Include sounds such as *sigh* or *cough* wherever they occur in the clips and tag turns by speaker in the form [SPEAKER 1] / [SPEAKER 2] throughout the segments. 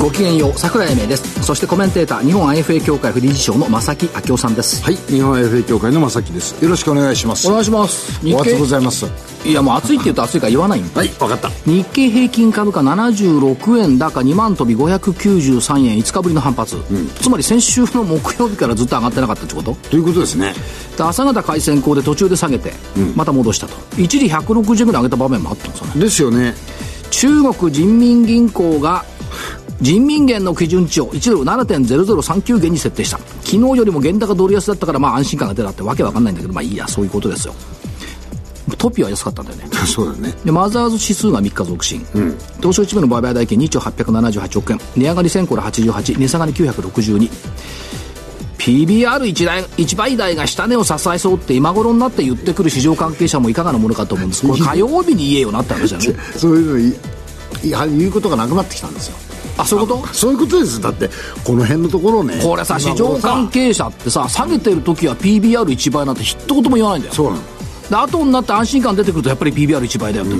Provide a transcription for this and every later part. [SPEAKER 1] ごきげんよう桜井英明ですそしてコメンテーター日本 IFA 協会副理事長の正木明夫さんです
[SPEAKER 2] はい日本 FA 協会の正木ですよろしくお願いします
[SPEAKER 1] お願いします
[SPEAKER 2] お熱ございます
[SPEAKER 1] いやもう暑いって言うと暑いから言わないんだ
[SPEAKER 2] はい分かった
[SPEAKER 1] 日経平均株価76円高2万飛び593円5日ぶりの反発、つまり先週の木曜日からずっと上がってなかったってこと
[SPEAKER 2] ということですね
[SPEAKER 1] で朝方回線高で途中で下げて、また戻したと一時160円ぐらい上げた場面もあったんですよね
[SPEAKER 2] ですよね
[SPEAKER 1] 中国人民銀行が人民元の基準値を1ドル7.0039元に設定した昨日よりも原高ドル安だったからまあ安心感が出たってわけわかんないんだけどまあいいやそういうことですよトピは安かったんだよね
[SPEAKER 2] *laughs* そうだね
[SPEAKER 1] でマザーズ指数が3日続伸、東証一部の売買代金2兆878億円値上がり1000これ88値下がり962 PBR1 台一倍台が下値を支えそうって今頃になって言ってくる市場関係者もいかがなものかと思うんですこれ火曜日に言えよなって話だよね
[SPEAKER 2] そういうのいいや言うことがなくなってきたんですよ
[SPEAKER 1] あそういうこと
[SPEAKER 2] そういうことですだってこの辺のところね
[SPEAKER 1] これさ市場関係者ってさ下げてる時は PBR1 倍なんて一言も言わないんだよ
[SPEAKER 2] そうなの
[SPEAKER 1] で後になって安心感出てくるとやっぱり PBR1 倍だよって、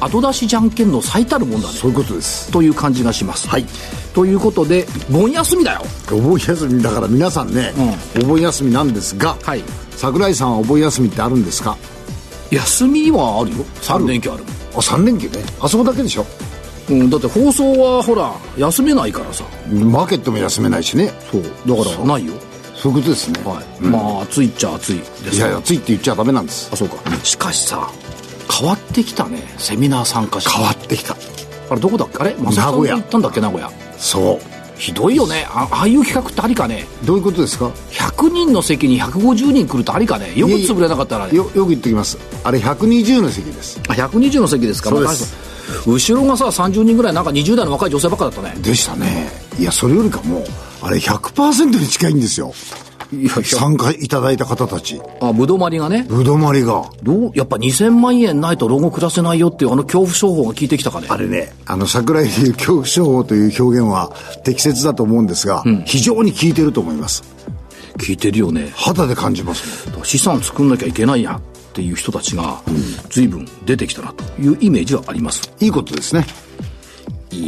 [SPEAKER 1] 後出しじゃんけんの最たるもんだね
[SPEAKER 2] そういうことです
[SPEAKER 1] という感じがします、
[SPEAKER 2] はい
[SPEAKER 1] ということで盆休みだよ
[SPEAKER 2] お盆休みだから皆さんね、お盆休みなんですが、
[SPEAKER 1] はい
[SPEAKER 2] 桜井さんはお盆休みってあるんですか
[SPEAKER 1] 休みはあるよ3連休ある
[SPEAKER 2] あ3連休ねあそこだけでしょ
[SPEAKER 1] うん、だって放送はほら休めないからさ
[SPEAKER 2] マーケットも休めないしね
[SPEAKER 1] そうだからないよ、
[SPEAKER 2] そういうことですね、
[SPEAKER 1] はいまあ暑いっちゃ暑いです
[SPEAKER 2] いやいや暑いって言っちゃダメなんです
[SPEAKER 1] あそうかしかしさ変わってきたねセミナー参加者
[SPEAKER 2] 変わってきた
[SPEAKER 1] あれどこだっけあれ正木さん
[SPEAKER 2] 名
[SPEAKER 1] と
[SPEAKER 2] 古屋
[SPEAKER 1] 行ったんだっけ名古屋
[SPEAKER 2] そ
[SPEAKER 1] ひどいよねあああいう企画ってありかね
[SPEAKER 2] うどういうことですか
[SPEAKER 1] 100人の席に150人来るってありかねよく
[SPEAKER 2] いえいえ
[SPEAKER 1] 潰れなかったらね
[SPEAKER 2] よよく言ってきますあれ120の席です
[SPEAKER 1] あ120の席ですか
[SPEAKER 2] そうで
[SPEAKER 1] まあ
[SPEAKER 2] す
[SPEAKER 1] 大丈夫後ろがさ30人ぐらいなんか20代の若い女性ばっかだったね
[SPEAKER 2] でしたねいやそれよりかもうあれ100%に近いんですよ
[SPEAKER 1] いやい
[SPEAKER 2] 参加いただいた方たち
[SPEAKER 1] やあぶどまりがね
[SPEAKER 2] ぶどまりが
[SPEAKER 1] どうやっぱ2000万円ないと老後暮らせないよっていうあの恐怖商法が効いてきたかね
[SPEAKER 2] あれねあの桜井流恐怖症法という表現は適切だと思うんですが、非常に効いてると思います
[SPEAKER 1] 効いてるよね
[SPEAKER 2] 肌で感じます
[SPEAKER 1] だから資産作んなきゃいけないやっていう人たちが随分出てきたなというイメージはあります
[SPEAKER 2] いいことですね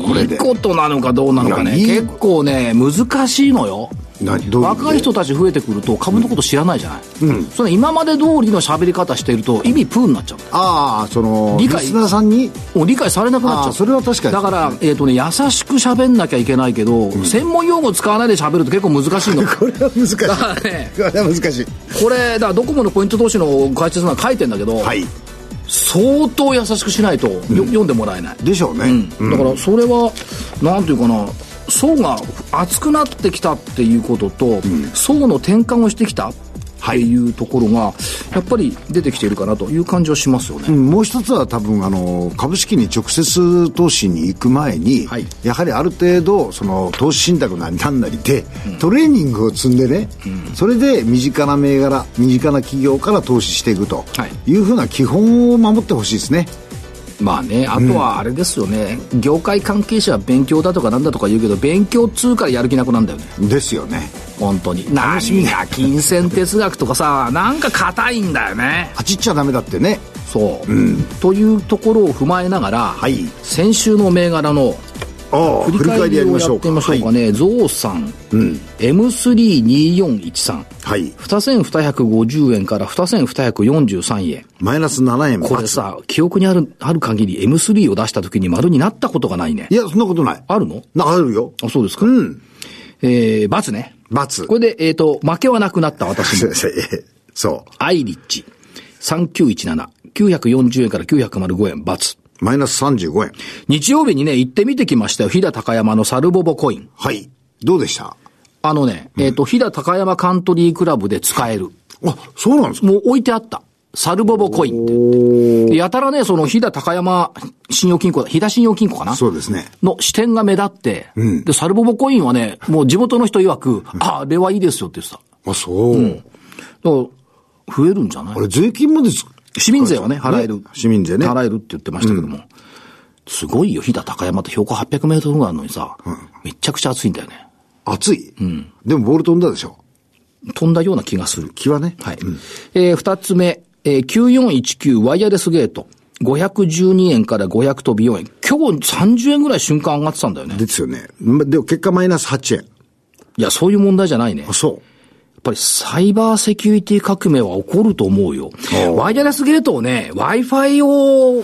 [SPEAKER 2] こ
[SPEAKER 1] い
[SPEAKER 2] れ
[SPEAKER 1] い
[SPEAKER 2] で
[SPEAKER 1] ことなのかどうなのかね
[SPEAKER 2] いやいい
[SPEAKER 1] 結構ね難しいのよ
[SPEAKER 2] 何どういうこと
[SPEAKER 1] 若い人たち増えてくると株のこと知らないじゃない、それ今まで通りの喋り方してると意味プーになっちゃうんだよ
[SPEAKER 2] ああその
[SPEAKER 1] 理解
[SPEAKER 2] リスナーさんに
[SPEAKER 1] もう理解されなくなっちゃ
[SPEAKER 2] あ
[SPEAKER 1] う
[SPEAKER 2] あそれは確かに
[SPEAKER 1] だから、えっとね、優しく喋んなきゃいけないけど、専門用語使わないで喋ると結構難しいの
[SPEAKER 2] *laughs* これは難しい
[SPEAKER 1] だからね
[SPEAKER 2] これは難しい
[SPEAKER 1] これだからドコモのポイント投資の解説なんか書いてんだけど、
[SPEAKER 2] はい
[SPEAKER 1] 相当優しくしないとよ、読んでもらえない
[SPEAKER 2] でしょうね、
[SPEAKER 1] うんだからそれはなんていうかな層が厚くなってきたっていうことと、層の転換をしてきたっていうところがやっぱり出てきているかなという感じはしますよね、
[SPEAKER 2] うんもう一つは多分あの株式に直接投資に行く前に、
[SPEAKER 1] はい
[SPEAKER 2] やはりある程度その投資信託なりなんなりで、トレーニングを積んでね、それで身近な銘柄身近な企業から投資していくと
[SPEAKER 1] はい
[SPEAKER 2] いうふうな基本を守ってほしいですね
[SPEAKER 1] まあねあとはあれですよね、業界関係者は勉強だとかなんだとか言うけど勉強通からやる気なくなんだよね
[SPEAKER 2] ですよね
[SPEAKER 1] 本当に何が金銭哲学とかさなんか硬いんだよね
[SPEAKER 2] あちっちゃダメだってね
[SPEAKER 1] そう、というところを踏まえながら、
[SPEAKER 2] い
[SPEAKER 1] 先週の銘柄の
[SPEAKER 2] ああ
[SPEAKER 1] 振り返りをやってみましょうかね、ゾウさん、M32413
[SPEAKER 2] はい、はい
[SPEAKER 1] 2250円から2243円
[SPEAKER 2] マイナス7円
[SPEAKER 1] これさ記憶にあるある限り M3 を出した時に丸になったことがないね
[SPEAKER 2] いやそんなことない
[SPEAKER 1] あるの
[SPEAKER 2] なあるよ
[SPEAKER 1] あそうですか
[SPEAKER 2] うん
[SPEAKER 1] えー、×ね
[SPEAKER 2] 罰
[SPEAKER 1] これでえっ、と負けはなくなった私
[SPEAKER 2] *laughs* すい
[SPEAKER 1] も
[SPEAKER 2] ませんええそ
[SPEAKER 1] アイリッチ3917940円から905円×
[SPEAKER 2] うマイナス35円
[SPEAKER 1] 日曜日にね行ってみてきましたよ飛騨高山のサルボボコイン
[SPEAKER 2] はいどうでした
[SPEAKER 1] あのね、えっ、と、飛騨高山カントリークラブで使える。
[SPEAKER 2] あ、そうなんですか
[SPEAKER 1] もう置いてあった。サルボボコインって。でやたらね、その飛騨高山信用金庫、飛騨信用金庫かな
[SPEAKER 2] そうですね。
[SPEAKER 1] の支店が目立って、で、サルボボコインはね、もう地元の人曰く、あ、あれはいいですよって言ってた。だか
[SPEAKER 2] あ、そう。
[SPEAKER 1] ら増えるんじゃない
[SPEAKER 2] あれ、税金までつ
[SPEAKER 1] 市民税はね、払える。
[SPEAKER 2] 市民税ね
[SPEAKER 1] 払えるって言ってましたけども。すごいよ、飛騨高山って標高800メートルぐらいあるのにさ、めちゃくちゃ暑いんだよね。
[SPEAKER 2] 暑い。でもボール飛んだでしょ。
[SPEAKER 1] 飛んだような気がする。
[SPEAKER 2] 気はね。
[SPEAKER 1] はい。えー二つ目、えー、9419ワイヤレスゲート。512円から500飛び4円。今日30円ぐらい瞬間上がってたんだよね。
[SPEAKER 2] ですよね。までも結果マイナス8円。
[SPEAKER 1] いや、そういう問題じゃないね。や
[SPEAKER 2] あ、そう。
[SPEAKER 1] っぱりサイバーセキュリティ革命は起こると思うよ。ワイヤレスゲートをね、Wi-Fi を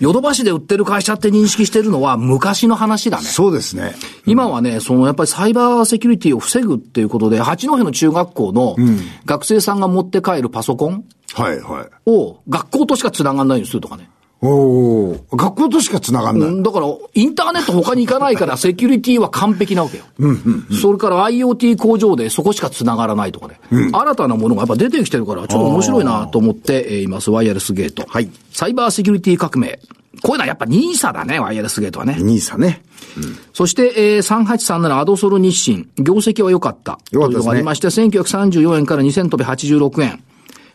[SPEAKER 1] ヨドバシで売ってる会社って認識してるのは昔の話だね。
[SPEAKER 2] そうですね。
[SPEAKER 1] 今はね、そのやっぱりサイバーセキュリティを防ぐっていうことで、八戸の中学校の学生さんが持って帰るパソコン
[SPEAKER 2] はいはい。
[SPEAKER 1] を学校としか繋がんないようにするとかね。
[SPEAKER 2] おお。学校としか繋がんない。
[SPEAKER 1] だから、インターネット他に行かない
[SPEAKER 2] *laughs*
[SPEAKER 1] から、セキュリティは完璧なわけよ。それから IoT 工場でそこしか繋がらないとかね。新たなものがやっぱ出てきてるから、ちょっと面白いなと思ってえーいます。ワイヤレスゲート。
[SPEAKER 2] はい
[SPEAKER 1] サイバーセキュリティ革命。こういうのはやっぱ NISA だね、ワイヤレスゲートはね。
[SPEAKER 2] ニーサね。
[SPEAKER 1] そして、えー、3837アドソル日清、業績は良かった。
[SPEAKER 2] 良かった
[SPEAKER 1] という
[SPEAKER 2] ですね
[SPEAKER 1] のがありまして、1934円から2000飛び86円。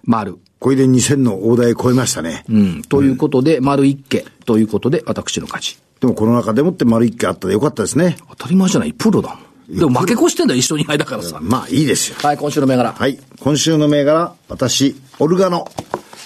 [SPEAKER 1] 丸。
[SPEAKER 2] これで2000の大台超えましたね。
[SPEAKER 1] うん。ということで、丸一家。ということで、私の勝ち。
[SPEAKER 2] でもこの中でもって丸一回あったでよかったですね。
[SPEAKER 1] 当たり前じゃない、プロだもん。でも負け越してんだよ、一緒にいないだからさ。
[SPEAKER 2] まあいいですよ。
[SPEAKER 1] はい、今週の銘柄。
[SPEAKER 2] はい。今週の銘柄、私、オルガノ。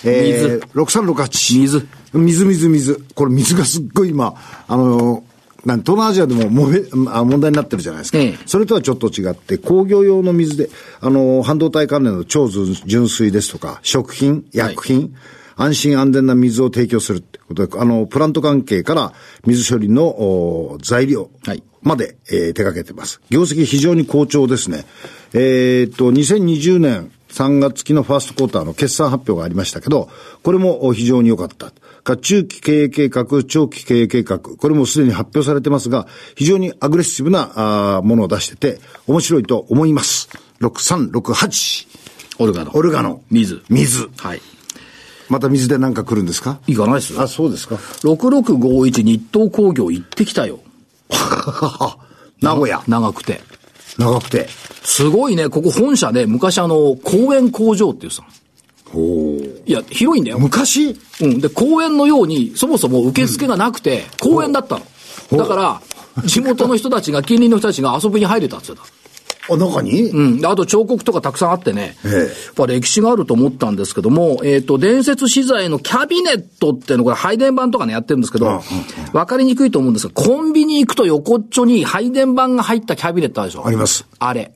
[SPEAKER 1] 水
[SPEAKER 2] えー、6368。
[SPEAKER 1] 水。
[SPEAKER 2] 水、水、水。これ水がすっごい今、あのーなん東南アジアでももめあ問題になってるじゃないですか、
[SPEAKER 1] ええ
[SPEAKER 2] それとはちょっと違って、工業用の水で、あのー半導体関連の超純粋ですとか、食品、薬品、安心安全な水を提供するってことで、あのープラント関係から水処理のおー材料
[SPEAKER 1] はい
[SPEAKER 2] まで、えー手掛けてます。業績非常に好調ですね。えーっと、2020年3月期のファーストクォーターの決算発表がありましたけど、これもお非常に良かった。が中期経営計画、長期経営計画、これもすでに発表されてますが、非常にアグレッシブなあーものを出してて、面白いと思います。6368。
[SPEAKER 1] オルガノ。
[SPEAKER 2] オルガノ。
[SPEAKER 1] 水。
[SPEAKER 2] 水。
[SPEAKER 1] はい。
[SPEAKER 2] また水で何か来るんですか
[SPEAKER 1] いかないっすよ。
[SPEAKER 2] そうですか。
[SPEAKER 1] 6651日東工業行ってきたよ。
[SPEAKER 2] *laughs* 名古屋。
[SPEAKER 1] 長くて。
[SPEAKER 2] 長くて。
[SPEAKER 1] すごいね、ここ本社ね、昔あの、公園工場っていうさ。いや、広いんだよ。
[SPEAKER 2] 昔
[SPEAKER 1] うん。で、公園のように、そもそも受付がなくて、公園だったの。だから、地元の人たちが、近隣の人たちが遊びに入れたって言ってた。
[SPEAKER 2] あ、中に、
[SPEAKER 1] うん。であと彫刻とかたくさんあってね、
[SPEAKER 2] ええ
[SPEAKER 1] やっぱ歴史があると思ったんですけども、えっ、と、伝説資材のキャビネットっていうの、これ配電盤とかね、やってるんですけど、わ、かりにくいと思うんですが、コンビニ行くと横っちょに配電盤が入ったキャビネットあるでしょ
[SPEAKER 2] あります。
[SPEAKER 1] あれ。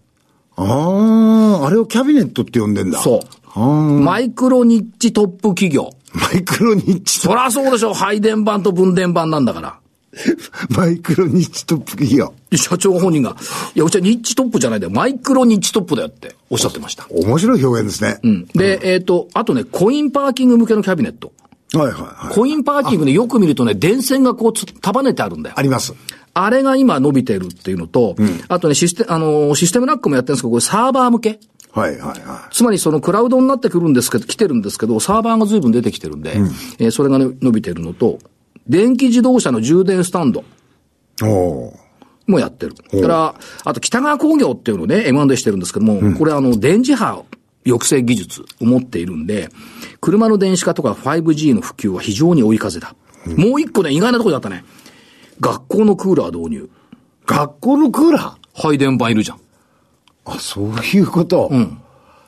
[SPEAKER 2] ああ、あれをキャビネットって呼んでんだ。
[SPEAKER 1] そう。
[SPEAKER 2] あー
[SPEAKER 1] マイクロニッチトップ企業。
[SPEAKER 2] マイクロニッチ *laughs*
[SPEAKER 1] そらそうでしょ、配電盤と分電盤なんだから。
[SPEAKER 2] と、マイクロニッチトップ企業。
[SPEAKER 1] で社長本人が、いや、うちはニッチトップじゃないんだよ。マイクロニッチトップだよっておっしゃってました。
[SPEAKER 2] 面白い表現ですね。
[SPEAKER 1] うん。で、えっ、と、あとね、コインパーキング向けのキャビネット。
[SPEAKER 2] はいはいはい。
[SPEAKER 1] コインパーキングでよく見るとね、電線がこうつ束ねてあるんだよ
[SPEAKER 2] あ。ります。
[SPEAKER 1] あれが今伸びてるっていうのと、あとね、システム、あのー、システムラックもやってるんですけど、これサーバー向け。
[SPEAKER 2] はいはいは
[SPEAKER 1] つまりそのクラウドになってくるんですけど、来てるんですけど、サーバーが随分出てきてるんで、えーそれが、ね、伸びてるのと、電気自動車の充電スタンド
[SPEAKER 2] い。おー
[SPEAKER 1] もやってる。だから、あと北川工業っていうのをね、M&A してるんですけども、これあの、電磁波抑制技術を持っているんで、車の電子化とか 5G の普及は非常に追い風だ。もう一個ね、意外なところだったね。学校のクーラー導入。
[SPEAKER 2] 学校のクーラー
[SPEAKER 1] 配電盤いるじゃん。
[SPEAKER 2] あ、そういうこと。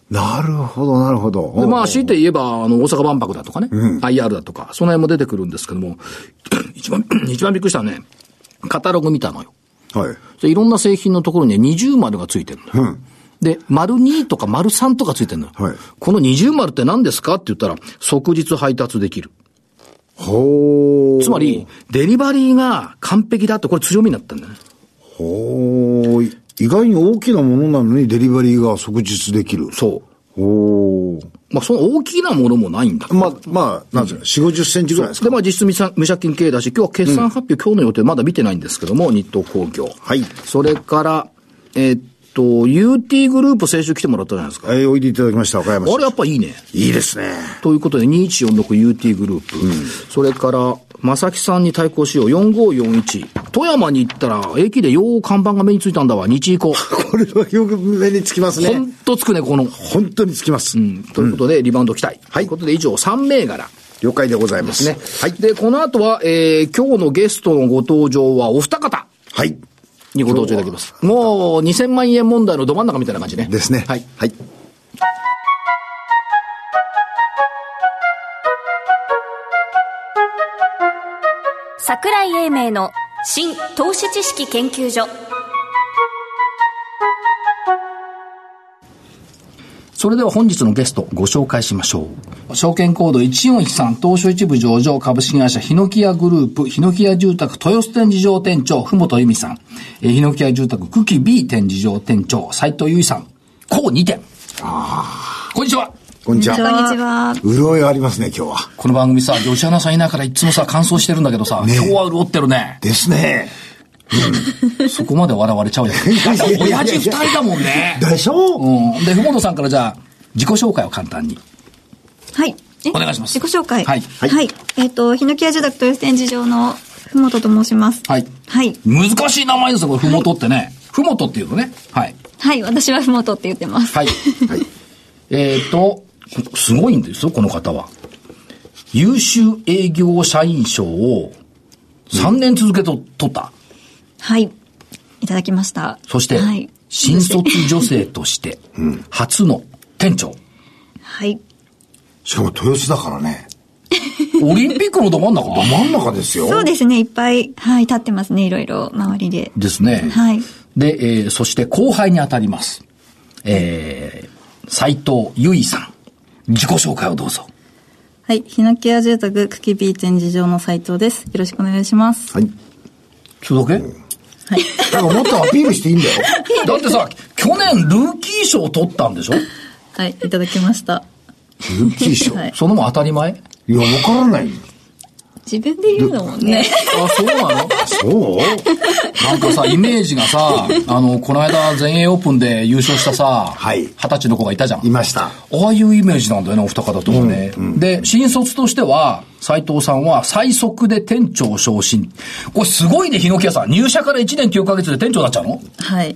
[SPEAKER 2] なるほどなるほど。
[SPEAKER 1] で、ま
[SPEAKER 2] お
[SPEAKER 1] あ、
[SPEAKER 2] ー
[SPEAKER 1] 強いて言えば、あの、大阪万博だとかね、IR だとか、その辺も出てくるんですけども、 *clears throat* 一番、一番びっくりしたのはね、カタログ見たのよ。
[SPEAKER 2] はい。
[SPEAKER 1] でいろんな製品のところには二重丸がついてるのよ。で、丸2とか丸3とかついてるのよ。
[SPEAKER 2] はい
[SPEAKER 1] この二重丸って何ですかって言ったら、即日配達できる。
[SPEAKER 2] ほー
[SPEAKER 1] つまり、デリバリーが完璧だって、これ強みになったんだよね。
[SPEAKER 2] ほー意外に大きなものなのにデリバリーが即日できる。
[SPEAKER 1] そ
[SPEAKER 2] ほー
[SPEAKER 1] う。まあ、その大きなものもないんだけど
[SPEAKER 2] まあ、まあ、なんですか、四五十センチぐらいですか
[SPEAKER 1] で、まあ実質無借無借金経営だし、今日は決算発表、今日の予定まだ見てないんですけども、日東工業。
[SPEAKER 2] はい
[SPEAKER 1] それから、えーっと、UT グループ先週来てもらったじゃないですか。
[SPEAKER 2] えー、おいでいただきました、岡山市
[SPEAKER 1] あれやっぱいいね。
[SPEAKER 2] いいですね。
[SPEAKER 1] ということで、2146UT グループ。それから、正木さんに対抗しよう。4541。富山に行ったら、駅でよう看板が目についたんだわ。日行こう。
[SPEAKER 2] これはよく目につきます
[SPEAKER 1] ほん
[SPEAKER 2] *laughs* ね。
[SPEAKER 1] とつくね、この。
[SPEAKER 2] 本当につきます。
[SPEAKER 1] ということで、リバウンド期待。
[SPEAKER 2] は
[SPEAKER 1] とい
[SPEAKER 2] い
[SPEAKER 1] うことで、以上3銘柄。
[SPEAKER 2] 了解でございま
[SPEAKER 1] です
[SPEAKER 2] す。
[SPEAKER 1] ね。
[SPEAKER 2] はい。
[SPEAKER 1] で、この後は、えー、今日のゲストのご登場はお二方
[SPEAKER 2] はい。
[SPEAKER 1] にご登場いただきます。もう、2000万円問題のど真ん中みたいな感じね。
[SPEAKER 2] ですね。
[SPEAKER 1] はい。
[SPEAKER 2] はい。
[SPEAKER 3] 桜井英明の新投資知識研究所
[SPEAKER 1] それでは本日のゲストご紹介しましょう。証券コード1413東証一部上場株式会社ヒノキ屋グループヒノキ屋住宅豊洲店事情店長ふもとゆみさん。えーヒノキ屋住宅久喜 B 店事情店長斉藤由衣さん。こう2点。こんにちは。
[SPEAKER 2] こんにちは。
[SPEAKER 4] こんにちは。
[SPEAKER 2] 潤いがありますね、今日は。
[SPEAKER 1] この番組さ、女子アナさんいないからいつもさ、乾燥してるんだけどさ、
[SPEAKER 2] ねえ
[SPEAKER 1] 今日は潤ってるね。
[SPEAKER 2] ですね。
[SPEAKER 1] そこまで笑われちゃう
[SPEAKER 2] *laughs*
[SPEAKER 1] よ。だって親父二人だもんね。
[SPEAKER 2] でしょう
[SPEAKER 1] うん。で、ふもとさんからじゃあ、自己紹介を簡単に。
[SPEAKER 4] はい。え
[SPEAKER 1] お願いします
[SPEAKER 4] 自己紹介。
[SPEAKER 1] はい
[SPEAKER 4] はい。えっ、と、ヒノキ屋住宅豊洲展示場のふもとと申します。
[SPEAKER 1] はい
[SPEAKER 4] はい。
[SPEAKER 1] 難しい名前ですよ、これ、ふもとってね。ふもとっていうのね。はい。
[SPEAKER 4] はい。私はふもとって言ってます。
[SPEAKER 1] はい。えっと、すごいんですよ、この方は。優秀営業社員賞を3年続けと取った。
[SPEAKER 4] はい。いただきました。
[SPEAKER 1] そして
[SPEAKER 4] はい。、
[SPEAKER 1] 新卒女性として、初の店長。
[SPEAKER 4] はい。
[SPEAKER 2] しかも豊洲だからね。
[SPEAKER 1] オリンピックのど真ん中
[SPEAKER 2] ど真ん中ですよ。
[SPEAKER 4] そうですね。いっぱい、はい、立ってますね。いろいろ、周りで。
[SPEAKER 1] ですね。
[SPEAKER 4] はい。
[SPEAKER 1] で、えーそして後輩に当たります。えー、斎藤由衣さん。自己紹介をどうぞ。
[SPEAKER 5] はい、ヒノキ屋住宅久喜 B 展示場の斉藤です。よろしくお願いします。
[SPEAKER 2] はい。
[SPEAKER 1] それだけ
[SPEAKER 2] だからもっとアピールしていいんだよ。
[SPEAKER 1] *laughs* だってさ、去年ルーキー賞取ったんでしょ
[SPEAKER 5] はい、いただきました。
[SPEAKER 2] ルーキー賞。
[SPEAKER 5] はい
[SPEAKER 2] い
[SPEAKER 1] そのも当たり前
[SPEAKER 2] や、わからない。
[SPEAKER 4] 自分で言うのもね。
[SPEAKER 1] あ、そうなの
[SPEAKER 2] そう
[SPEAKER 1] なんかさ、イメージがさ、あの、この間全英オープンで優勝したさ、
[SPEAKER 2] はい
[SPEAKER 1] 二十歳の子がいたじゃん。
[SPEAKER 2] いました。
[SPEAKER 1] ああいうイメージなんだよね、お二方ともね。で、新卒としては、斉藤さんは最速で店長昇進。これすごいね、ヒノキ屋さん。入社から1年9ヶ月で店長になっちゃうの
[SPEAKER 5] はい、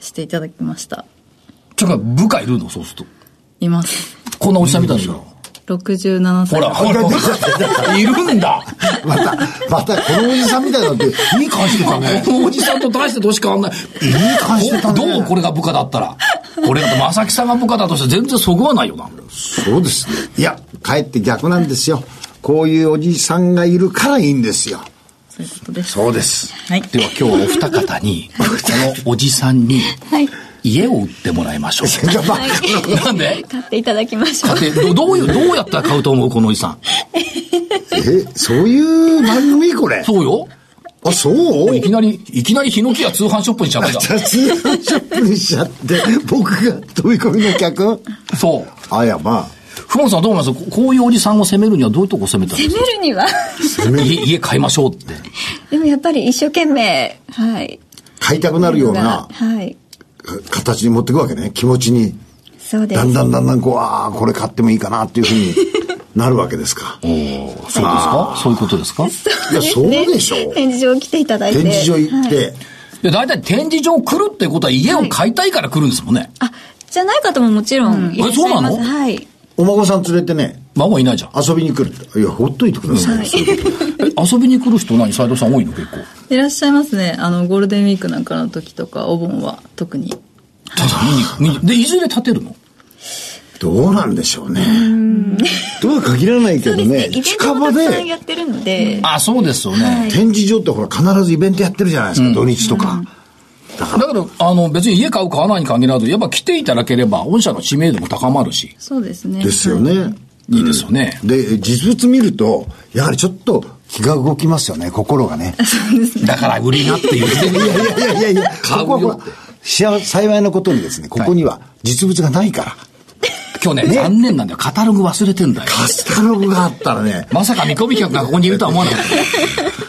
[SPEAKER 5] していただきました。
[SPEAKER 1] ちょっと部下いるのそうすると。
[SPEAKER 5] います。
[SPEAKER 1] こんなおじさんみたいなのいるの
[SPEAKER 5] 67
[SPEAKER 1] ほ
[SPEAKER 5] 歳。
[SPEAKER 1] ら、ほら、ほらいるんだ。
[SPEAKER 2] また、また、このおじさんみたいなのって、いい感じでたね。
[SPEAKER 1] *laughs* このおじさんと大して年変わんない。
[SPEAKER 2] いい感じでたね。
[SPEAKER 1] どうこれが部下だったら。これだと、正木さんが部下だとして全然そぐわないよな。
[SPEAKER 2] そうですね。いや、かえって逆なんですよ。こういうおじさんがいるからいいんですよ。
[SPEAKER 5] そういうことです。
[SPEAKER 2] そう *laughs* です。
[SPEAKER 5] はい。
[SPEAKER 1] では今日はお二方に、このおじさんに
[SPEAKER 4] はい。
[SPEAKER 1] 家を売ってもらいましょう。
[SPEAKER 2] じゃあまあ、
[SPEAKER 1] *laughs* なんで
[SPEAKER 4] 買っていただきましょ
[SPEAKER 1] だ
[SPEAKER 4] う
[SPEAKER 1] っ。
[SPEAKER 4] *laughs*
[SPEAKER 1] てどどういう、どうやったら買うと思うこのおじさん。
[SPEAKER 2] え、そういう番組これ。
[SPEAKER 1] そうよ。
[SPEAKER 2] あ、そう
[SPEAKER 1] いきなり、いきなりヒノキ屋通販ショップにしちゃったじゃ
[SPEAKER 2] 雑談ショップにしちゃって、僕が飛び込みの客
[SPEAKER 1] ん。そう。
[SPEAKER 2] あ、いや、まあ、
[SPEAKER 1] ふもさんどう思いますここういうおじさんを責めるにはどういうとこを責めたらいい
[SPEAKER 4] 攻めるには。
[SPEAKER 1] ですか家、家買いましょうって。
[SPEAKER 4] でもやっぱり一生懸命、はい。
[SPEAKER 2] 買いたくなるような
[SPEAKER 4] はい。
[SPEAKER 2] 形に持っていくわけね。気持ちに。
[SPEAKER 4] そうです。
[SPEAKER 2] だんだんだんだんこう、ああ、これ買ってもいいかなっていうふうになるわけですか。い
[SPEAKER 1] そうですかそういうことですか
[SPEAKER 2] や、そうでしょう。
[SPEAKER 4] 展示場来ていただいて。
[SPEAKER 2] 展示場行って、
[SPEAKER 1] いや、大体展示場来るってことは家を買いたいから来るんですもんね。
[SPEAKER 4] あ、じゃない方ももちろんいらっしゃいます。
[SPEAKER 1] えそうなの
[SPEAKER 4] はい。
[SPEAKER 2] お孫さん連れてね、
[SPEAKER 1] 孫いないじゃん。
[SPEAKER 2] 遊びに来るって。いや、ほっといてください。そういうこと
[SPEAKER 1] え遊びに来る人何斉藤さん多いの結構。
[SPEAKER 5] いらっしゃいますね。あの、ゴールデンウィークなんかの時とか、お盆は特に。
[SPEAKER 1] ただ見に、見に。で、いずれ建てるの
[SPEAKER 2] どうなんでしょうね。とは限らないけど
[SPEAKER 4] そうですね。
[SPEAKER 2] ね
[SPEAKER 4] イベ、ン
[SPEAKER 2] 近
[SPEAKER 4] トも
[SPEAKER 2] 場
[SPEAKER 4] たくさん
[SPEAKER 2] で
[SPEAKER 4] やってるので。
[SPEAKER 1] あ、そうですよね。
[SPEAKER 2] 展示場ってほら必ずイベントやってるじゃないですか、土日とか。
[SPEAKER 1] だけど、あの、別に家買う買わないに限らず、やっぱ来ていただければ、御社の知名度も高まるし、
[SPEAKER 5] そうですね。
[SPEAKER 2] ですよ
[SPEAKER 5] はい。
[SPEAKER 2] ね。
[SPEAKER 1] いいですよね。
[SPEAKER 2] で、実物見ると、やはりちょっと気が動きますよね、心が
[SPEAKER 4] *laughs*
[SPEAKER 2] ね。
[SPEAKER 1] だから売りなって *laughs* いう時点
[SPEAKER 2] い
[SPEAKER 1] で。
[SPEAKER 2] やいやいやいやいや、
[SPEAKER 1] 買
[SPEAKER 2] こ
[SPEAKER 1] う
[SPEAKER 2] こは
[SPEAKER 1] よ
[SPEAKER 2] ほら、幸せ幸いなことにですね、ここには実物がないから。
[SPEAKER 1] 今日ね、残念なんだよ。カタログ忘れてんだよ。
[SPEAKER 2] カスタログがあったらね、
[SPEAKER 1] まさか見込み客がここにいるとは思わなかっ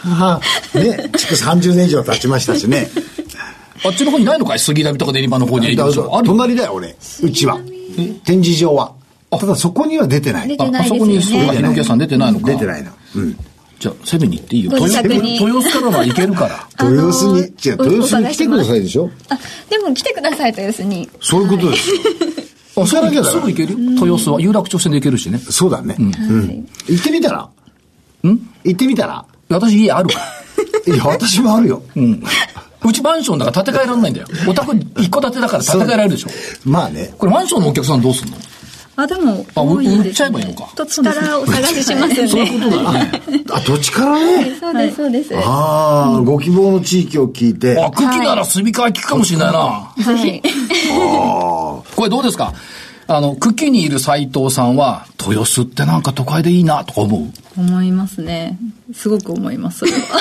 [SPEAKER 1] *laughs*
[SPEAKER 2] は *laughs* あね、築30年以上経ちましたしね。
[SPEAKER 1] た。あっちの方にないのかい杉並とかデニバの方にはいる
[SPEAKER 2] だ
[SPEAKER 1] でし
[SPEAKER 2] から
[SPEAKER 1] ょ。あるよ
[SPEAKER 2] 隣だよ、俺。うちは。展示場は。ただそこには出てない。
[SPEAKER 4] 出
[SPEAKER 1] あ
[SPEAKER 4] てない
[SPEAKER 1] あ
[SPEAKER 4] です
[SPEAKER 1] そこ
[SPEAKER 4] よ
[SPEAKER 1] に、そうか、
[SPEAKER 4] ね。
[SPEAKER 1] ヒノキ屋さん出てないのか。
[SPEAKER 2] 出てないの。うん。
[SPEAKER 1] じゃあ攻めに行っていいよ
[SPEAKER 4] ご自
[SPEAKER 1] 豊
[SPEAKER 4] 宅に
[SPEAKER 1] 豊洲からは行ける *laughs* から
[SPEAKER 4] あのー
[SPEAKER 2] 豊洲に、違う、
[SPEAKER 4] お
[SPEAKER 2] 豊洲に来てくださいでしょ
[SPEAKER 4] あ、でも来てください、豊洲に。
[SPEAKER 2] そういうことです。おさらけだ
[SPEAKER 1] す
[SPEAKER 2] か
[SPEAKER 1] ぐ
[SPEAKER 2] ら
[SPEAKER 1] 行けるよ豊洲は有楽町線で行けるしね
[SPEAKER 2] そうだね。うん。行ってみたら
[SPEAKER 1] ん
[SPEAKER 2] 行ってみたら
[SPEAKER 1] 私家あるから *laughs*
[SPEAKER 2] いや、私もあるよ。
[SPEAKER 1] うんうちマンションだから建て替えられないんだよお宅一戸建てだから建て替えられるでしょ
[SPEAKER 2] まあね。
[SPEAKER 1] これマンションのお客さんどうすんの
[SPEAKER 5] あ、でも、
[SPEAKER 1] あ
[SPEAKER 5] 多いですね
[SPEAKER 1] 売っちゃえばいいのか
[SPEAKER 4] 土地からお探ししますよね。
[SPEAKER 1] そういうことだよね
[SPEAKER 2] あ、土地からね。
[SPEAKER 4] そうです、そうです。は
[SPEAKER 2] ああ、ご希望の地域を聞いて。
[SPEAKER 1] あ、茎なら住み替え聞くかもしれないな。
[SPEAKER 4] い。
[SPEAKER 1] これどうですかあの、茎にいる斎藤さんは、豊洲ってなんか都会でいいなとか思う
[SPEAKER 5] 思いますね。すごく思います、それは。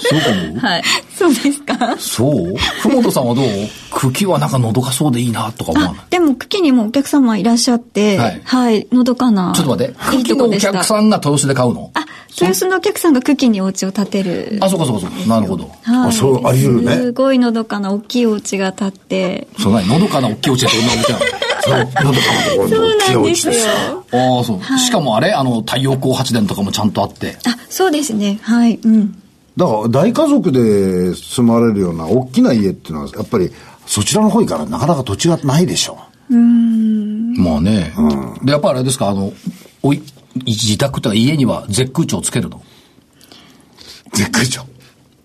[SPEAKER 1] そうか思う
[SPEAKER 5] *laughs* はい。
[SPEAKER 4] *laughs* そうですか。
[SPEAKER 1] そうふもとさんはどう茎はなんかのどかそうでいいなとか思わない
[SPEAKER 4] あ、でも、茎にもお客様いらっしゃって、
[SPEAKER 1] は
[SPEAKER 4] はいい、のどかな。
[SPEAKER 1] ちょっと待って。
[SPEAKER 4] いい
[SPEAKER 1] 茎
[SPEAKER 4] と
[SPEAKER 1] の
[SPEAKER 4] こ
[SPEAKER 1] お
[SPEAKER 4] でした。
[SPEAKER 1] 客さんが豊洲で買うの
[SPEAKER 4] あ、豊洲のお客さんが茎にお家を建てる。
[SPEAKER 1] あ、そうかそうかそうか。なるほど。
[SPEAKER 4] は
[SPEAKER 2] あそうあり得るね
[SPEAKER 4] すごいのどかな大きいお家が建って。
[SPEAKER 1] そうなにのどかな大きいお家やって女のちゃ
[SPEAKER 2] そうなんだかんだこれ
[SPEAKER 4] そうなんですよ。
[SPEAKER 1] ああ、そう。しかもあれあの、太陽光発電とかもちゃんとあって。
[SPEAKER 4] あ、そうですね。はい。うん。
[SPEAKER 2] だから大家族で住まれるような大きな家っていうのはやっぱりそちらの方行からなかなか土地がないでしょ
[SPEAKER 1] まあね。で、やっぱあれですか、あの、おい、自宅とか家には絶空調つけるの
[SPEAKER 2] 絶好調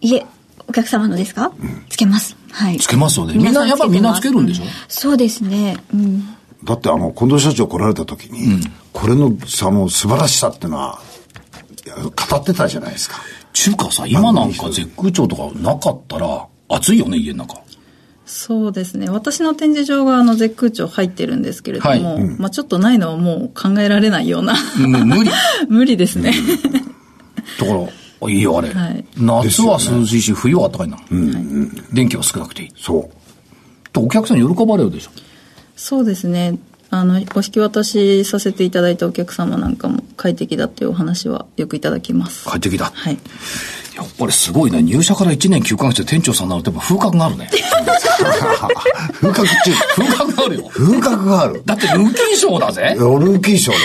[SPEAKER 4] いえ、お客様のですか、つけます。はい。
[SPEAKER 1] つけますよね。みんな、やっぱりみんなつけるんでしょ、
[SPEAKER 4] そうですね。うん。
[SPEAKER 2] だってあの近藤社長来られた時に、これのさの素晴らしさっていうのはいや語ってたじゃないですか
[SPEAKER 1] 中華さ、今なんか絶空調とかなかったら、暑いよね、家の中。
[SPEAKER 5] そうですね。私の展示場があの絶空調入ってるんですけれども、
[SPEAKER 1] はいうん
[SPEAKER 5] まあちょっとないのはもう考えられないような。
[SPEAKER 1] もう無理。だ
[SPEAKER 5] *laughs*
[SPEAKER 1] *laughs*
[SPEAKER 5] 無理ですね。
[SPEAKER 1] から、いいよ、あれ。
[SPEAKER 5] はい
[SPEAKER 1] 夏は涼しいし、冬は暖かいな。電気は少なくていい。
[SPEAKER 2] そう
[SPEAKER 1] と、お客さん喜ばれるでしょ。
[SPEAKER 5] そうですね。あの、お引き渡しさせていただいたお客様なんかも快適だっていうお話はよくいただきます。
[SPEAKER 1] 快適だ。
[SPEAKER 5] はい。
[SPEAKER 1] やっぱりすごいね。入社から1年休館して店長さんになると、やっぱ風格があるね。
[SPEAKER 5] *laughs*
[SPEAKER 2] 風格中
[SPEAKER 1] 風格があるよ。
[SPEAKER 2] 風格がある
[SPEAKER 1] だって、ルーキー賞だぜ
[SPEAKER 2] いや。ルーキー賞だ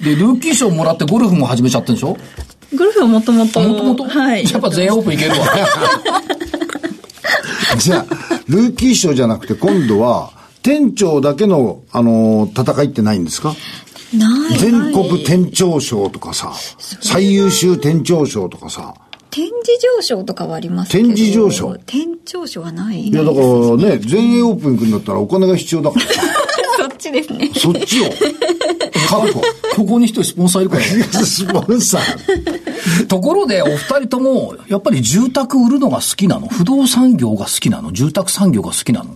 [SPEAKER 2] *laughs*
[SPEAKER 1] で、ルーキー賞もらってゴルフも始めちゃってんでしょ
[SPEAKER 5] ゴルフはもともと。
[SPEAKER 1] もともと。
[SPEAKER 5] はい。
[SPEAKER 1] やっぱ全英オープンいけるわ。 *laughs*
[SPEAKER 2] じゃあルーキー賞じゃなくて今度は店長だけの、あの戦いってないんですか
[SPEAKER 4] ない。
[SPEAKER 2] 全
[SPEAKER 4] ない
[SPEAKER 2] 国店長賞とかさ、最優秀店長賞とかさ、
[SPEAKER 4] 展示上昇とかはありますけど。
[SPEAKER 2] 展示上昇
[SPEAKER 4] 展上昇はない。
[SPEAKER 2] いやだからね、全英オープン行くんだったらお金が必要だからさ、
[SPEAKER 4] *laughs* そっちですね。
[SPEAKER 2] そっちを、確保。
[SPEAKER 1] ここに一人スポンサーいるからね。
[SPEAKER 2] スポンサ
[SPEAKER 1] *laughs*
[SPEAKER 2] ー。
[SPEAKER 1] ところで、お二人とも、やっぱり住宅売るのが好きなの不動産業が好きなの住宅産業が好きなの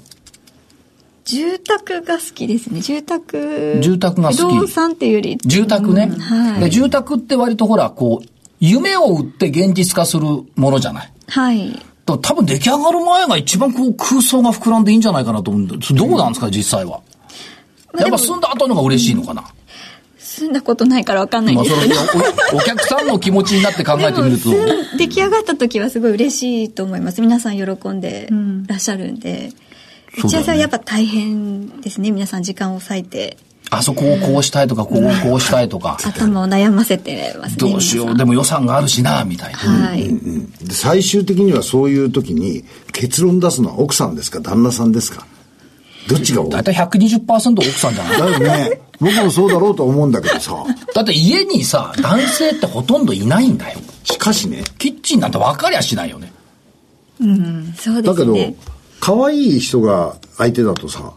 [SPEAKER 4] 住宅が好きですね。住宅。
[SPEAKER 1] 住宅が好き
[SPEAKER 4] 不動産っていうより。
[SPEAKER 1] 住宅ね、
[SPEAKER 4] うんはい。
[SPEAKER 1] で。住宅って割とほら、こう、夢を売って現実化するものじゃない。
[SPEAKER 4] はい。
[SPEAKER 1] だから多分出来上がる前が一番こう空想が膨らんでいいんじゃないかなと思うんだけど、どうなんですか、実際は。
[SPEAKER 4] ま
[SPEAKER 1] や
[SPEAKER 4] あ
[SPEAKER 1] っ
[SPEAKER 4] でも
[SPEAKER 1] ぱ住んだ後の方が嬉しいのかな。
[SPEAKER 4] 住んだことないからわかんない
[SPEAKER 1] ま
[SPEAKER 4] ん
[SPEAKER 1] あ
[SPEAKER 4] です
[SPEAKER 1] そ
[SPEAKER 4] け
[SPEAKER 1] れ
[SPEAKER 4] ど。
[SPEAKER 1] おお客さんの気持ちになって考えてみると。
[SPEAKER 4] でも住ん出来上がった時はすごい嬉しいと思います。皆さん喜んでらっしゃるんで。打ち合わせはやっぱ大変ですね。皆さん時間を割いて、
[SPEAKER 1] あそこをこうしたいとか、こうこうしたいとか、
[SPEAKER 4] 頭を悩ませてますね。
[SPEAKER 1] どうしよう、
[SPEAKER 4] 皆
[SPEAKER 1] でも予算があるしな、みたいな。
[SPEAKER 4] さんはい。
[SPEAKER 2] で最終的にはそういう時に結論出すのは奥さんですか旦那さんですかどっちが多い
[SPEAKER 1] 大体120%奥さんじゃない
[SPEAKER 2] だよね。僕もそうだろうと思うんだけどさ。
[SPEAKER 1] だって家にさ、男性ってほとんどいないんだよ。
[SPEAKER 2] しかしね、
[SPEAKER 1] キッチンなんて分かりゃしないよね。
[SPEAKER 4] そうで
[SPEAKER 2] だけ
[SPEAKER 4] す
[SPEAKER 2] ど
[SPEAKER 4] ね。、
[SPEAKER 2] 可愛い人が相手だとさ、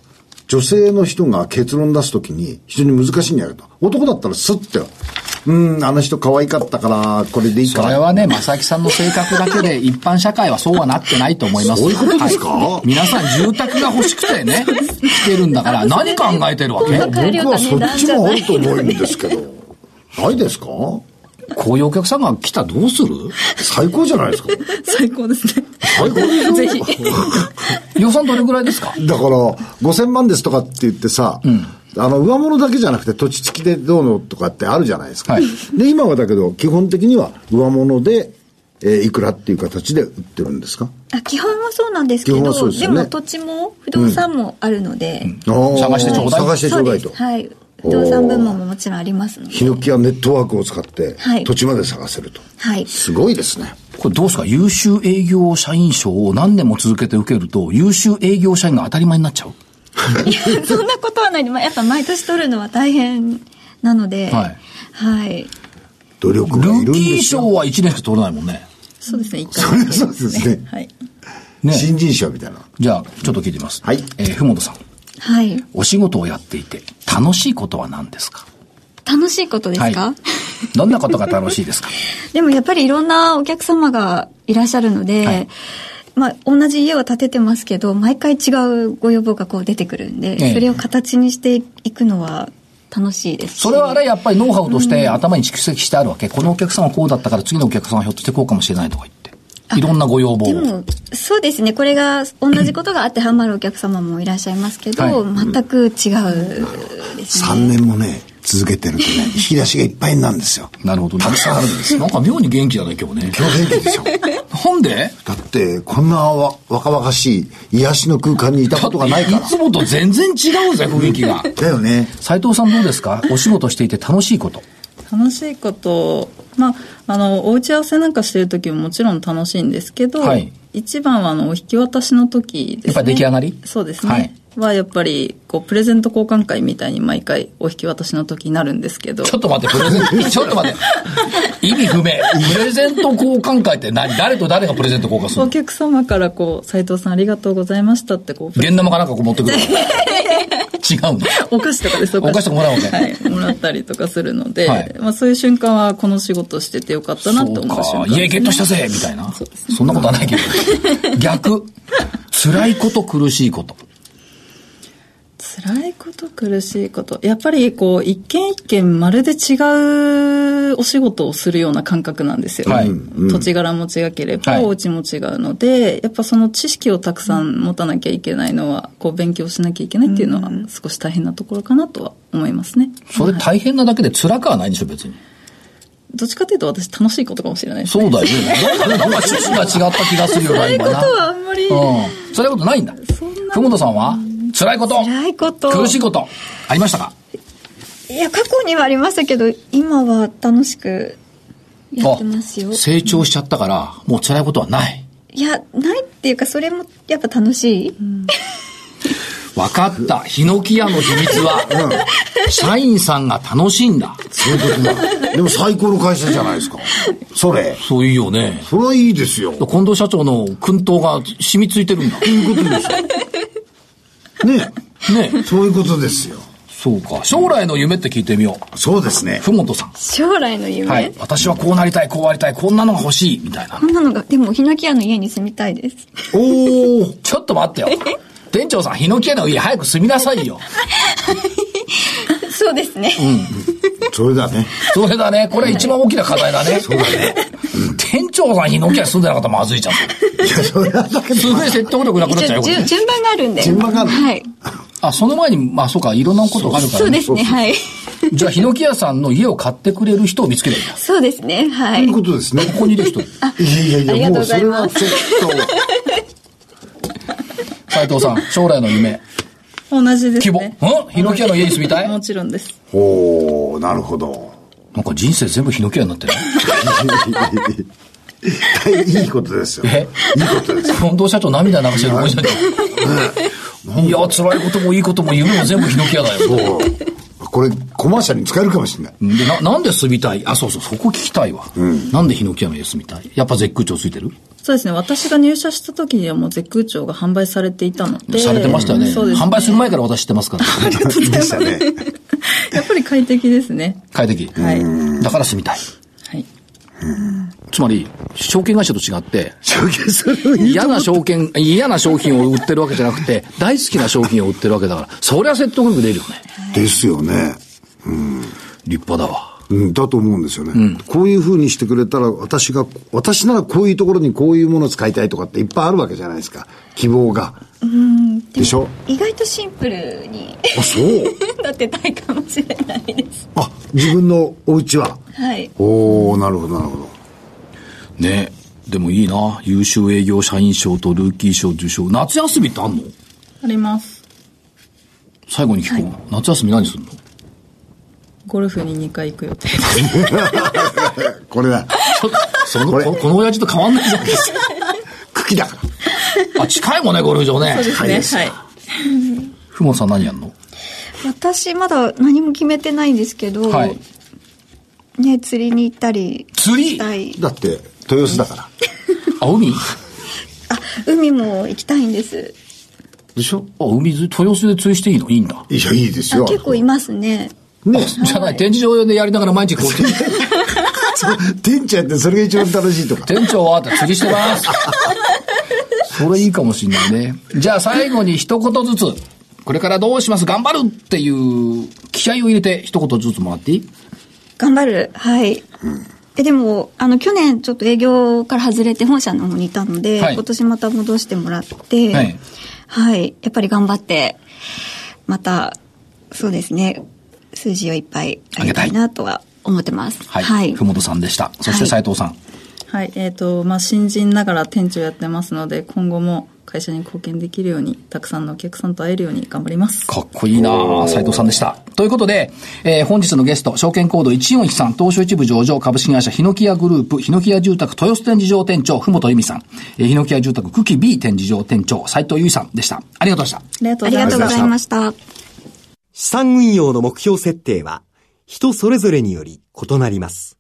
[SPEAKER 2] 女性の人が結論出すときに非常に難しいんやけど、男だったらスッて、うん、あの人可愛かったから、これでいい
[SPEAKER 1] そ
[SPEAKER 2] か
[SPEAKER 1] れ
[SPEAKER 2] ら。
[SPEAKER 1] はね、正木さんの性格だけ *laughs* で一般社会はそうはなってないと思います。
[SPEAKER 2] そういうことですか
[SPEAKER 1] はい皆さん住宅が欲しくてね、来てるんだから、何考えてるわけ
[SPEAKER 4] 高い
[SPEAKER 2] 僕はそっちもあると思うんですけど、ないですか
[SPEAKER 1] こういうお客さんが来たらどうする
[SPEAKER 2] 最高じゃないですか。
[SPEAKER 5] 最高ですね。
[SPEAKER 2] 最高でしょ
[SPEAKER 5] ぜひ。
[SPEAKER 1] 予算どれぐらいですか
[SPEAKER 2] だから、5000万ですとかって言ってさ、あの、上物だけじゃなくて土地付きでどうのとかってあるじゃないですか。
[SPEAKER 1] はい
[SPEAKER 2] で、今はだけど、基本的には上物で、えーいくらっていう形で売ってるんですか
[SPEAKER 4] あ基本はそうなんですけ
[SPEAKER 2] 基本
[SPEAKER 4] ど
[SPEAKER 2] はそうですよね
[SPEAKER 4] も土地も不動産もあるので、
[SPEAKER 2] 探
[SPEAKER 1] 探してちょうだい
[SPEAKER 2] 探してちょうだいと
[SPEAKER 4] そうです。はい。不動産部門ももちろんありますので
[SPEAKER 2] ヒノキはネットワークを使って
[SPEAKER 4] はい
[SPEAKER 2] 土地まで探せると、
[SPEAKER 4] はい *laughs*
[SPEAKER 2] すごいですね
[SPEAKER 1] これどうですか優秀営業社員賞を何年も続けて受けると、優秀営業社員が当たり前になっちゃう
[SPEAKER 4] いやそんなことはないまあ、やっぱ毎年取るのは大変なので
[SPEAKER 1] はい
[SPEAKER 4] はい
[SPEAKER 2] 努力
[SPEAKER 1] ル
[SPEAKER 2] がいる
[SPEAKER 1] ー
[SPEAKER 2] ん
[SPEAKER 1] キー
[SPEAKER 2] ですよ
[SPEAKER 1] 賞は1年しか取れないもんね。
[SPEAKER 5] そうですね、一回だけ
[SPEAKER 2] そりゃそうですね
[SPEAKER 5] はい。
[SPEAKER 1] ね。
[SPEAKER 2] 新人賞みたいな
[SPEAKER 1] じゃあ、ちょっと聞いてみます。
[SPEAKER 2] はい
[SPEAKER 1] えー、ふもとさん。
[SPEAKER 4] はい
[SPEAKER 1] お仕事をやっていて、楽しいことは何ですか
[SPEAKER 4] 楽しいことですか、
[SPEAKER 1] はい。どんなことが楽しい
[SPEAKER 4] *laughs*
[SPEAKER 1] ですか
[SPEAKER 4] でもやっぱりいろんなお客様がいらっしゃるので、
[SPEAKER 1] はい
[SPEAKER 4] まあ、同じ家を建ててますけど毎回違うご要望がこう出てくるんで、
[SPEAKER 1] ええ
[SPEAKER 4] それを形にしていくのは楽しいですし
[SPEAKER 1] それはあれ、やっぱりノウハウとして頭に蓄積してあるわけ。このお客さんはこうだったから次のお客さんはひょっとしてこうかもしれないとか言って。いろんなご要望
[SPEAKER 4] で
[SPEAKER 1] を。
[SPEAKER 4] もそうですねこれが同じことが当てはまるお客様もいらっしゃいますけど、
[SPEAKER 1] は
[SPEAKER 4] 全く違うです
[SPEAKER 2] 3
[SPEAKER 4] ね
[SPEAKER 2] 年もね続けてるとね引き出しがいっぱいになるんですよ
[SPEAKER 1] なるほど、たくさんあるんです。なんか妙に元気だね、今日ね。
[SPEAKER 2] 今日元気で
[SPEAKER 1] *laughs*
[SPEAKER 2] すよ
[SPEAKER 1] なんで
[SPEAKER 2] だってこんなわ若々しい癒しの空間にいたことがないか
[SPEAKER 1] いつもと全然違うぜ、雰囲気が。
[SPEAKER 2] らだよね
[SPEAKER 1] *laughs* 斉藤さんどうですかお仕事していて楽しいこと。
[SPEAKER 5] 楽しいこと、まあ、あの、お打ち合わせなんかしてる時ももちろん楽しいんですけど、
[SPEAKER 1] はい
[SPEAKER 5] 一番は、あの、お引き渡しの時ですね。
[SPEAKER 1] やっぱり出来上がり
[SPEAKER 5] そうですね。
[SPEAKER 1] は
[SPEAKER 5] はいいはやっぱりこうプレゼント交換会みたいに毎回お引き渡しの時になるんですけど
[SPEAKER 1] ちょっと待って、プレゼント、ちょっと待って。意味不明。プレゼント交換会って何誰と誰がプレゼント交換する
[SPEAKER 5] お
[SPEAKER 1] の
[SPEAKER 5] 客様からこう斎藤さんありがとうございましたってこう
[SPEAKER 1] 現玉かなんかこう持ってくるの違うの。
[SPEAKER 5] お菓子とかです
[SPEAKER 1] お菓子とかもらうわけ
[SPEAKER 5] はい、もらったりとかするので、
[SPEAKER 1] はい
[SPEAKER 5] まあ、そういう瞬間はこの仕事しててよかったなと思う瞬
[SPEAKER 1] そう
[SPEAKER 5] 間
[SPEAKER 1] か、家ゲットしたぜみたいな。そんなことはないけど。逆。辛いこと、苦しいこと。
[SPEAKER 5] 辛いこと苦しいことやっぱりこう一軒一軒まるで違うお仕事をするような感覚なんですよ、
[SPEAKER 1] はい
[SPEAKER 5] 土地柄も違ければ、
[SPEAKER 1] はい
[SPEAKER 5] お家も違うのでやっぱその知識をたくさん持たなきゃいけないのはこう勉強しなきゃいけないっていうのは少し大変なところかなとは思いますね
[SPEAKER 1] それ大変なだけで辛くはないんでしょ、別に。
[SPEAKER 5] どっちかというと私楽しいことかもしれないです
[SPEAKER 1] そう *laughs* だよね。なんかなんか趣旨が違った気がするよな、今な。
[SPEAKER 5] そういうことはあんまり
[SPEAKER 1] うん。辛いことないんだ。ふもとさんは辛いこと。
[SPEAKER 4] 辛いこと
[SPEAKER 1] 苦しいこと。ありましたか
[SPEAKER 4] いや過去にはありましたけど今は楽しくやってますよ
[SPEAKER 1] あ成長しちゃったから、もう辛いことはない。
[SPEAKER 4] いやないっていうかそれもやっぱ楽しい、
[SPEAKER 1] わかった。ヒノキ屋の秘密 *laughs* は、社員さんが楽しいんだ。
[SPEAKER 2] そういうことだでも最高の会社じゃないですかそれ
[SPEAKER 1] そういうよね。
[SPEAKER 2] それはいいですよ
[SPEAKER 1] 近藤社長の薫陶が染みついてるんだ。
[SPEAKER 2] ね
[SPEAKER 1] ねえ
[SPEAKER 2] そういうことですよ
[SPEAKER 1] そうか。将来の夢って聞いてみよう。
[SPEAKER 2] そうですね
[SPEAKER 1] ふもとさん。
[SPEAKER 4] 将来の夢、
[SPEAKER 1] はい。私はこうなりたい、こうありたい、こんなのが欲しい、みたいな
[SPEAKER 4] こ。んなのがでもヒノキ屋の家に住みたいです
[SPEAKER 1] おお。ちょっと待って *laughs* よ。店長さん、ヒノキ屋の家早く住みなさいよ。
[SPEAKER 4] *laughs* そうですね、
[SPEAKER 2] それだね
[SPEAKER 1] それだね。これ一番大きな課題だ
[SPEAKER 2] *laughs*
[SPEAKER 1] ね。そうだね。店長さん、ヒノキ屋住んでなかったらまずいじゃん。
[SPEAKER 2] いやそれはだけど
[SPEAKER 1] すごい説得力なくなっちゃうよ、こ
[SPEAKER 4] 一応
[SPEAKER 1] れ
[SPEAKER 4] 順。順番があるんで
[SPEAKER 2] 順番がある
[SPEAKER 4] はい
[SPEAKER 1] あ、その前に、まあそうか、いろんなことがあるから
[SPEAKER 4] そう
[SPEAKER 1] ね。
[SPEAKER 4] ですねはい
[SPEAKER 1] じゃあ、ヒノキ屋さんの家を買ってくれる人を見つけるんだ。
[SPEAKER 4] そうですねは
[SPEAKER 2] そ
[SPEAKER 4] い
[SPEAKER 2] ういうことですね
[SPEAKER 1] ここにいる人。
[SPEAKER 2] いやい
[SPEAKER 4] あ
[SPEAKER 2] やい
[SPEAKER 4] り
[SPEAKER 2] やも
[SPEAKER 4] がとう
[SPEAKER 2] う
[SPEAKER 4] ご
[SPEAKER 2] そ
[SPEAKER 4] ざい
[SPEAKER 2] れは
[SPEAKER 4] ま
[SPEAKER 2] ちょっ
[SPEAKER 1] 斉藤さん、将来の夢。
[SPEAKER 5] 同じです
[SPEAKER 1] 希望。
[SPEAKER 5] ね
[SPEAKER 1] うんヒノキ屋の家に住みたい
[SPEAKER 5] もちろんです
[SPEAKER 2] とおーなるほど
[SPEAKER 1] なんか人生全部ヒノキ屋になってる。
[SPEAKER 2] 大いいことですよ
[SPEAKER 1] え
[SPEAKER 2] いいことです
[SPEAKER 1] 近藤社長涙流してる覚えじゃない。いや、辛いこともいいことも夢も全部ヒノキ屋だよ。
[SPEAKER 2] おこれコマーシャルに使えるかもしれない
[SPEAKER 1] でな、なんで住みたいあ、そうそう、そこ聞きたいわ。なんでヒノキ屋の家住みたいやっぱ絶空調ついてる
[SPEAKER 5] そうですね私が入社した時にはもう絶空調が販売されていたので
[SPEAKER 1] されてましたよね。
[SPEAKER 5] そうですね
[SPEAKER 1] 販売する前から私知ってます *laughs* から。
[SPEAKER 2] でしたね
[SPEAKER 5] やっぱり快適ですね
[SPEAKER 1] 快適。
[SPEAKER 5] はい、
[SPEAKER 1] だから住みたい。
[SPEAKER 5] はい
[SPEAKER 1] つまり、証券会社と違って、
[SPEAKER 2] 証券それを言う
[SPEAKER 1] 嫌な証券、嫌な商品を売ってるわけじゃなくて、大好きな商品を売ってるわけだから、そりゃ説得力出るよね。
[SPEAKER 2] ですよね
[SPEAKER 1] 立派だわ。
[SPEAKER 2] うん、だと思うんですよね、こういうふうにしてくれたら私が私ならこういうところにこういうものを使いたいとかっていっぱいあるわけじゃないですか希望がでしょ
[SPEAKER 4] 意外とシンプルに *laughs*
[SPEAKER 2] あそう
[SPEAKER 4] なってたいかもしれないです
[SPEAKER 2] あ自分のお家は
[SPEAKER 4] はい
[SPEAKER 2] おおなるほどなるほど *laughs*
[SPEAKER 1] ねでもいいな。優秀営業社員賞とルーキー賞受賞。夏休みってあんの
[SPEAKER 5] あります
[SPEAKER 1] 最後に聞こう。夏休み何するの
[SPEAKER 5] ゴルフに2回行く予定です
[SPEAKER 2] これだ。
[SPEAKER 1] ちょっとその
[SPEAKER 2] これ
[SPEAKER 1] ここの親父と変わんないじゃないですか。
[SPEAKER 2] 茎だから。
[SPEAKER 1] あ、近いもんね、ゴルフ場ね。
[SPEAKER 5] そうですね。はい。
[SPEAKER 1] ふもさん何やんの
[SPEAKER 4] 私まだ何も決めてないんですけど、
[SPEAKER 1] はい。
[SPEAKER 4] ね、釣りに行ったり
[SPEAKER 1] 釣り
[SPEAKER 4] したい
[SPEAKER 2] だって、豊洲だから。
[SPEAKER 1] あ、海あ、
[SPEAKER 4] あ海も行きたいんです
[SPEAKER 2] でしょ
[SPEAKER 1] 海、豊洲で釣りしていいのいいんだ。
[SPEAKER 2] いや、いいです
[SPEAKER 4] あ
[SPEAKER 2] よ。
[SPEAKER 4] 結構いますね
[SPEAKER 2] ね。
[SPEAKER 1] じゃない、展示場でやりながら毎日こう、
[SPEAKER 2] *laughs* そう店長やってそれが一番楽しいとか。
[SPEAKER 1] 店長はって釣りしてます。それいいかもしんないね。じゃあ最後に一言ずつ、これからどうします頑張るっていう気合を入れて一言ずつもらっていい
[SPEAKER 4] 頑張るはい、えでもあの去年ちょっと営業から外れて本社の方にいたので、
[SPEAKER 1] はい
[SPEAKER 4] 今年また戻してもらって
[SPEAKER 1] はい
[SPEAKER 4] はい、やっぱり頑張ってまたそうですね数字をいっぱい上げたいなとは思ってます
[SPEAKER 1] はい。ふもとさんでした。そして
[SPEAKER 4] は
[SPEAKER 1] 斉
[SPEAKER 4] い
[SPEAKER 1] 藤さん。
[SPEAKER 5] はい。えっ、と、まあ、新人ながら店長やってますので、今後も会社に貢献できるように、たくさんのお客さんと会えるように頑張ります。
[SPEAKER 1] かっこいいなあ斉藤さんでした。ということで、えー本日のゲスト、証券コード1413、東証一部上場株式会社、ヒノキ屋グループ、ヒノキ屋住宅豊洲展示場店長、ふもとゆみさん、えー、ヒノキ屋住宅久喜 B 展示場店長、斉藤ゆいさんでした。ありがとうございました。
[SPEAKER 5] ありがと
[SPEAKER 4] ありがとうございました
[SPEAKER 6] 資産運用の目標設定は人それぞれにより異なります。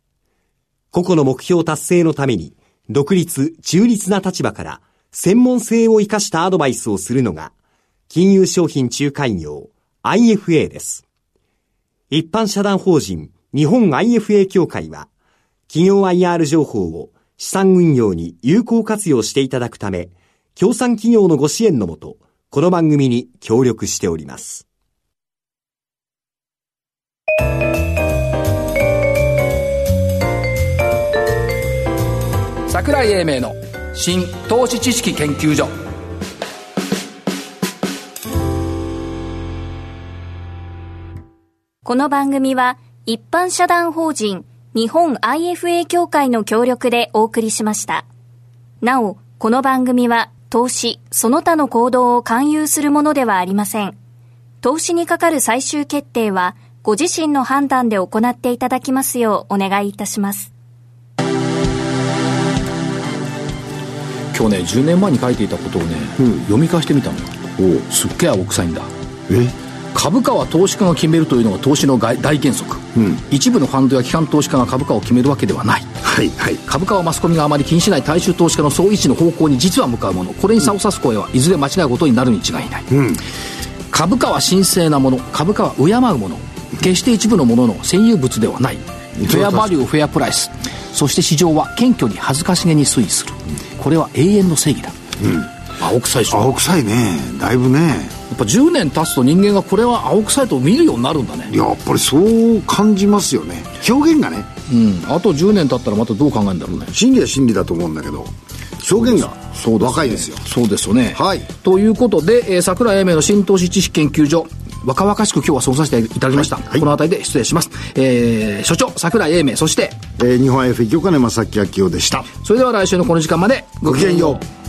[SPEAKER 6] 個々の目標達成のために独立、中立な立場から専門性を生かしたアドバイスをするのが金融商品仲介業 IFA です。一般社団法人日本 IFA 協会は企業 IR 情報を資産運用に有効活用していただくため、協賛企業のご支援のもと、この番組に協力しております。
[SPEAKER 1] 桜井英明の新投資知識研究所
[SPEAKER 3] この番組は一般社団法人日本 IFA 協会の協力でお送りしました。なお、この番組は投資、その他の行動を勧誘するものではありません。投資にかかる最終決定はご自身の判断で行っていただきますようお願いいたします。
[SPEAKER 1] 今日ね10年前に書いていたことをね、読み返してみたのよすっげえ青臭いんだ
[SPEAKER 2] え
[SPEAKER 1] 株価は投資家が決めるというのが投資の大大原則、
[SPEAKER 2] うん
[SPEAKER 1] 一部のファンドや機関投資家が株価を決めるわけではない
[SPEAKER 2] はい、はい。
[SPEAKER 1] 株価はマスコミがあまり気にしない大衆投資家の総意地の方向に実は向かうものこれに差を指す声はいずれ間違うことになるに違いない、株価は神聖なもの株価は敬うもの決して一部のものの占有物ではないフェアバリューフェアプライスそして市場は謙虚に恥ずかしげに推移するこれは永遠の正義だ、青臭いでしょや
[SPEAKER 2] 青臭いね。だいぶね。
[SPEAKER 1] っぱ10年経つと人間がこれは青臭いと見るようになるんだね
[SPEAKER 2] やっぱりそう感じますよね。表現がね、
[SPEAKER 1] うんあと10年経ったらまたどう考えるんだろうね
[SPEAKER 2] 真理は真理だと思うんだけど、表現が
[SPEAKER 1] そうですね
[SPEAKER 2] 若いですよ。
[SPEAKER 1] そうですよね。
[SPEAKER 2] はい
[SPEAKER 1] ということで、えー、桜井英明の新投資知識研究所、若々しく今日はそうさせていただきました。
[SPEAKER 2] い
[SPEAKER 1] この辺りで失礼します。えー、所長、桜井英明、そして、
[SPEAKER 2] えー日本 IFA 協会の正木明夫でした。
[SPEAKER 1] それでは来週のこの時間まで
[SPEAKER 2] ごきげんよう。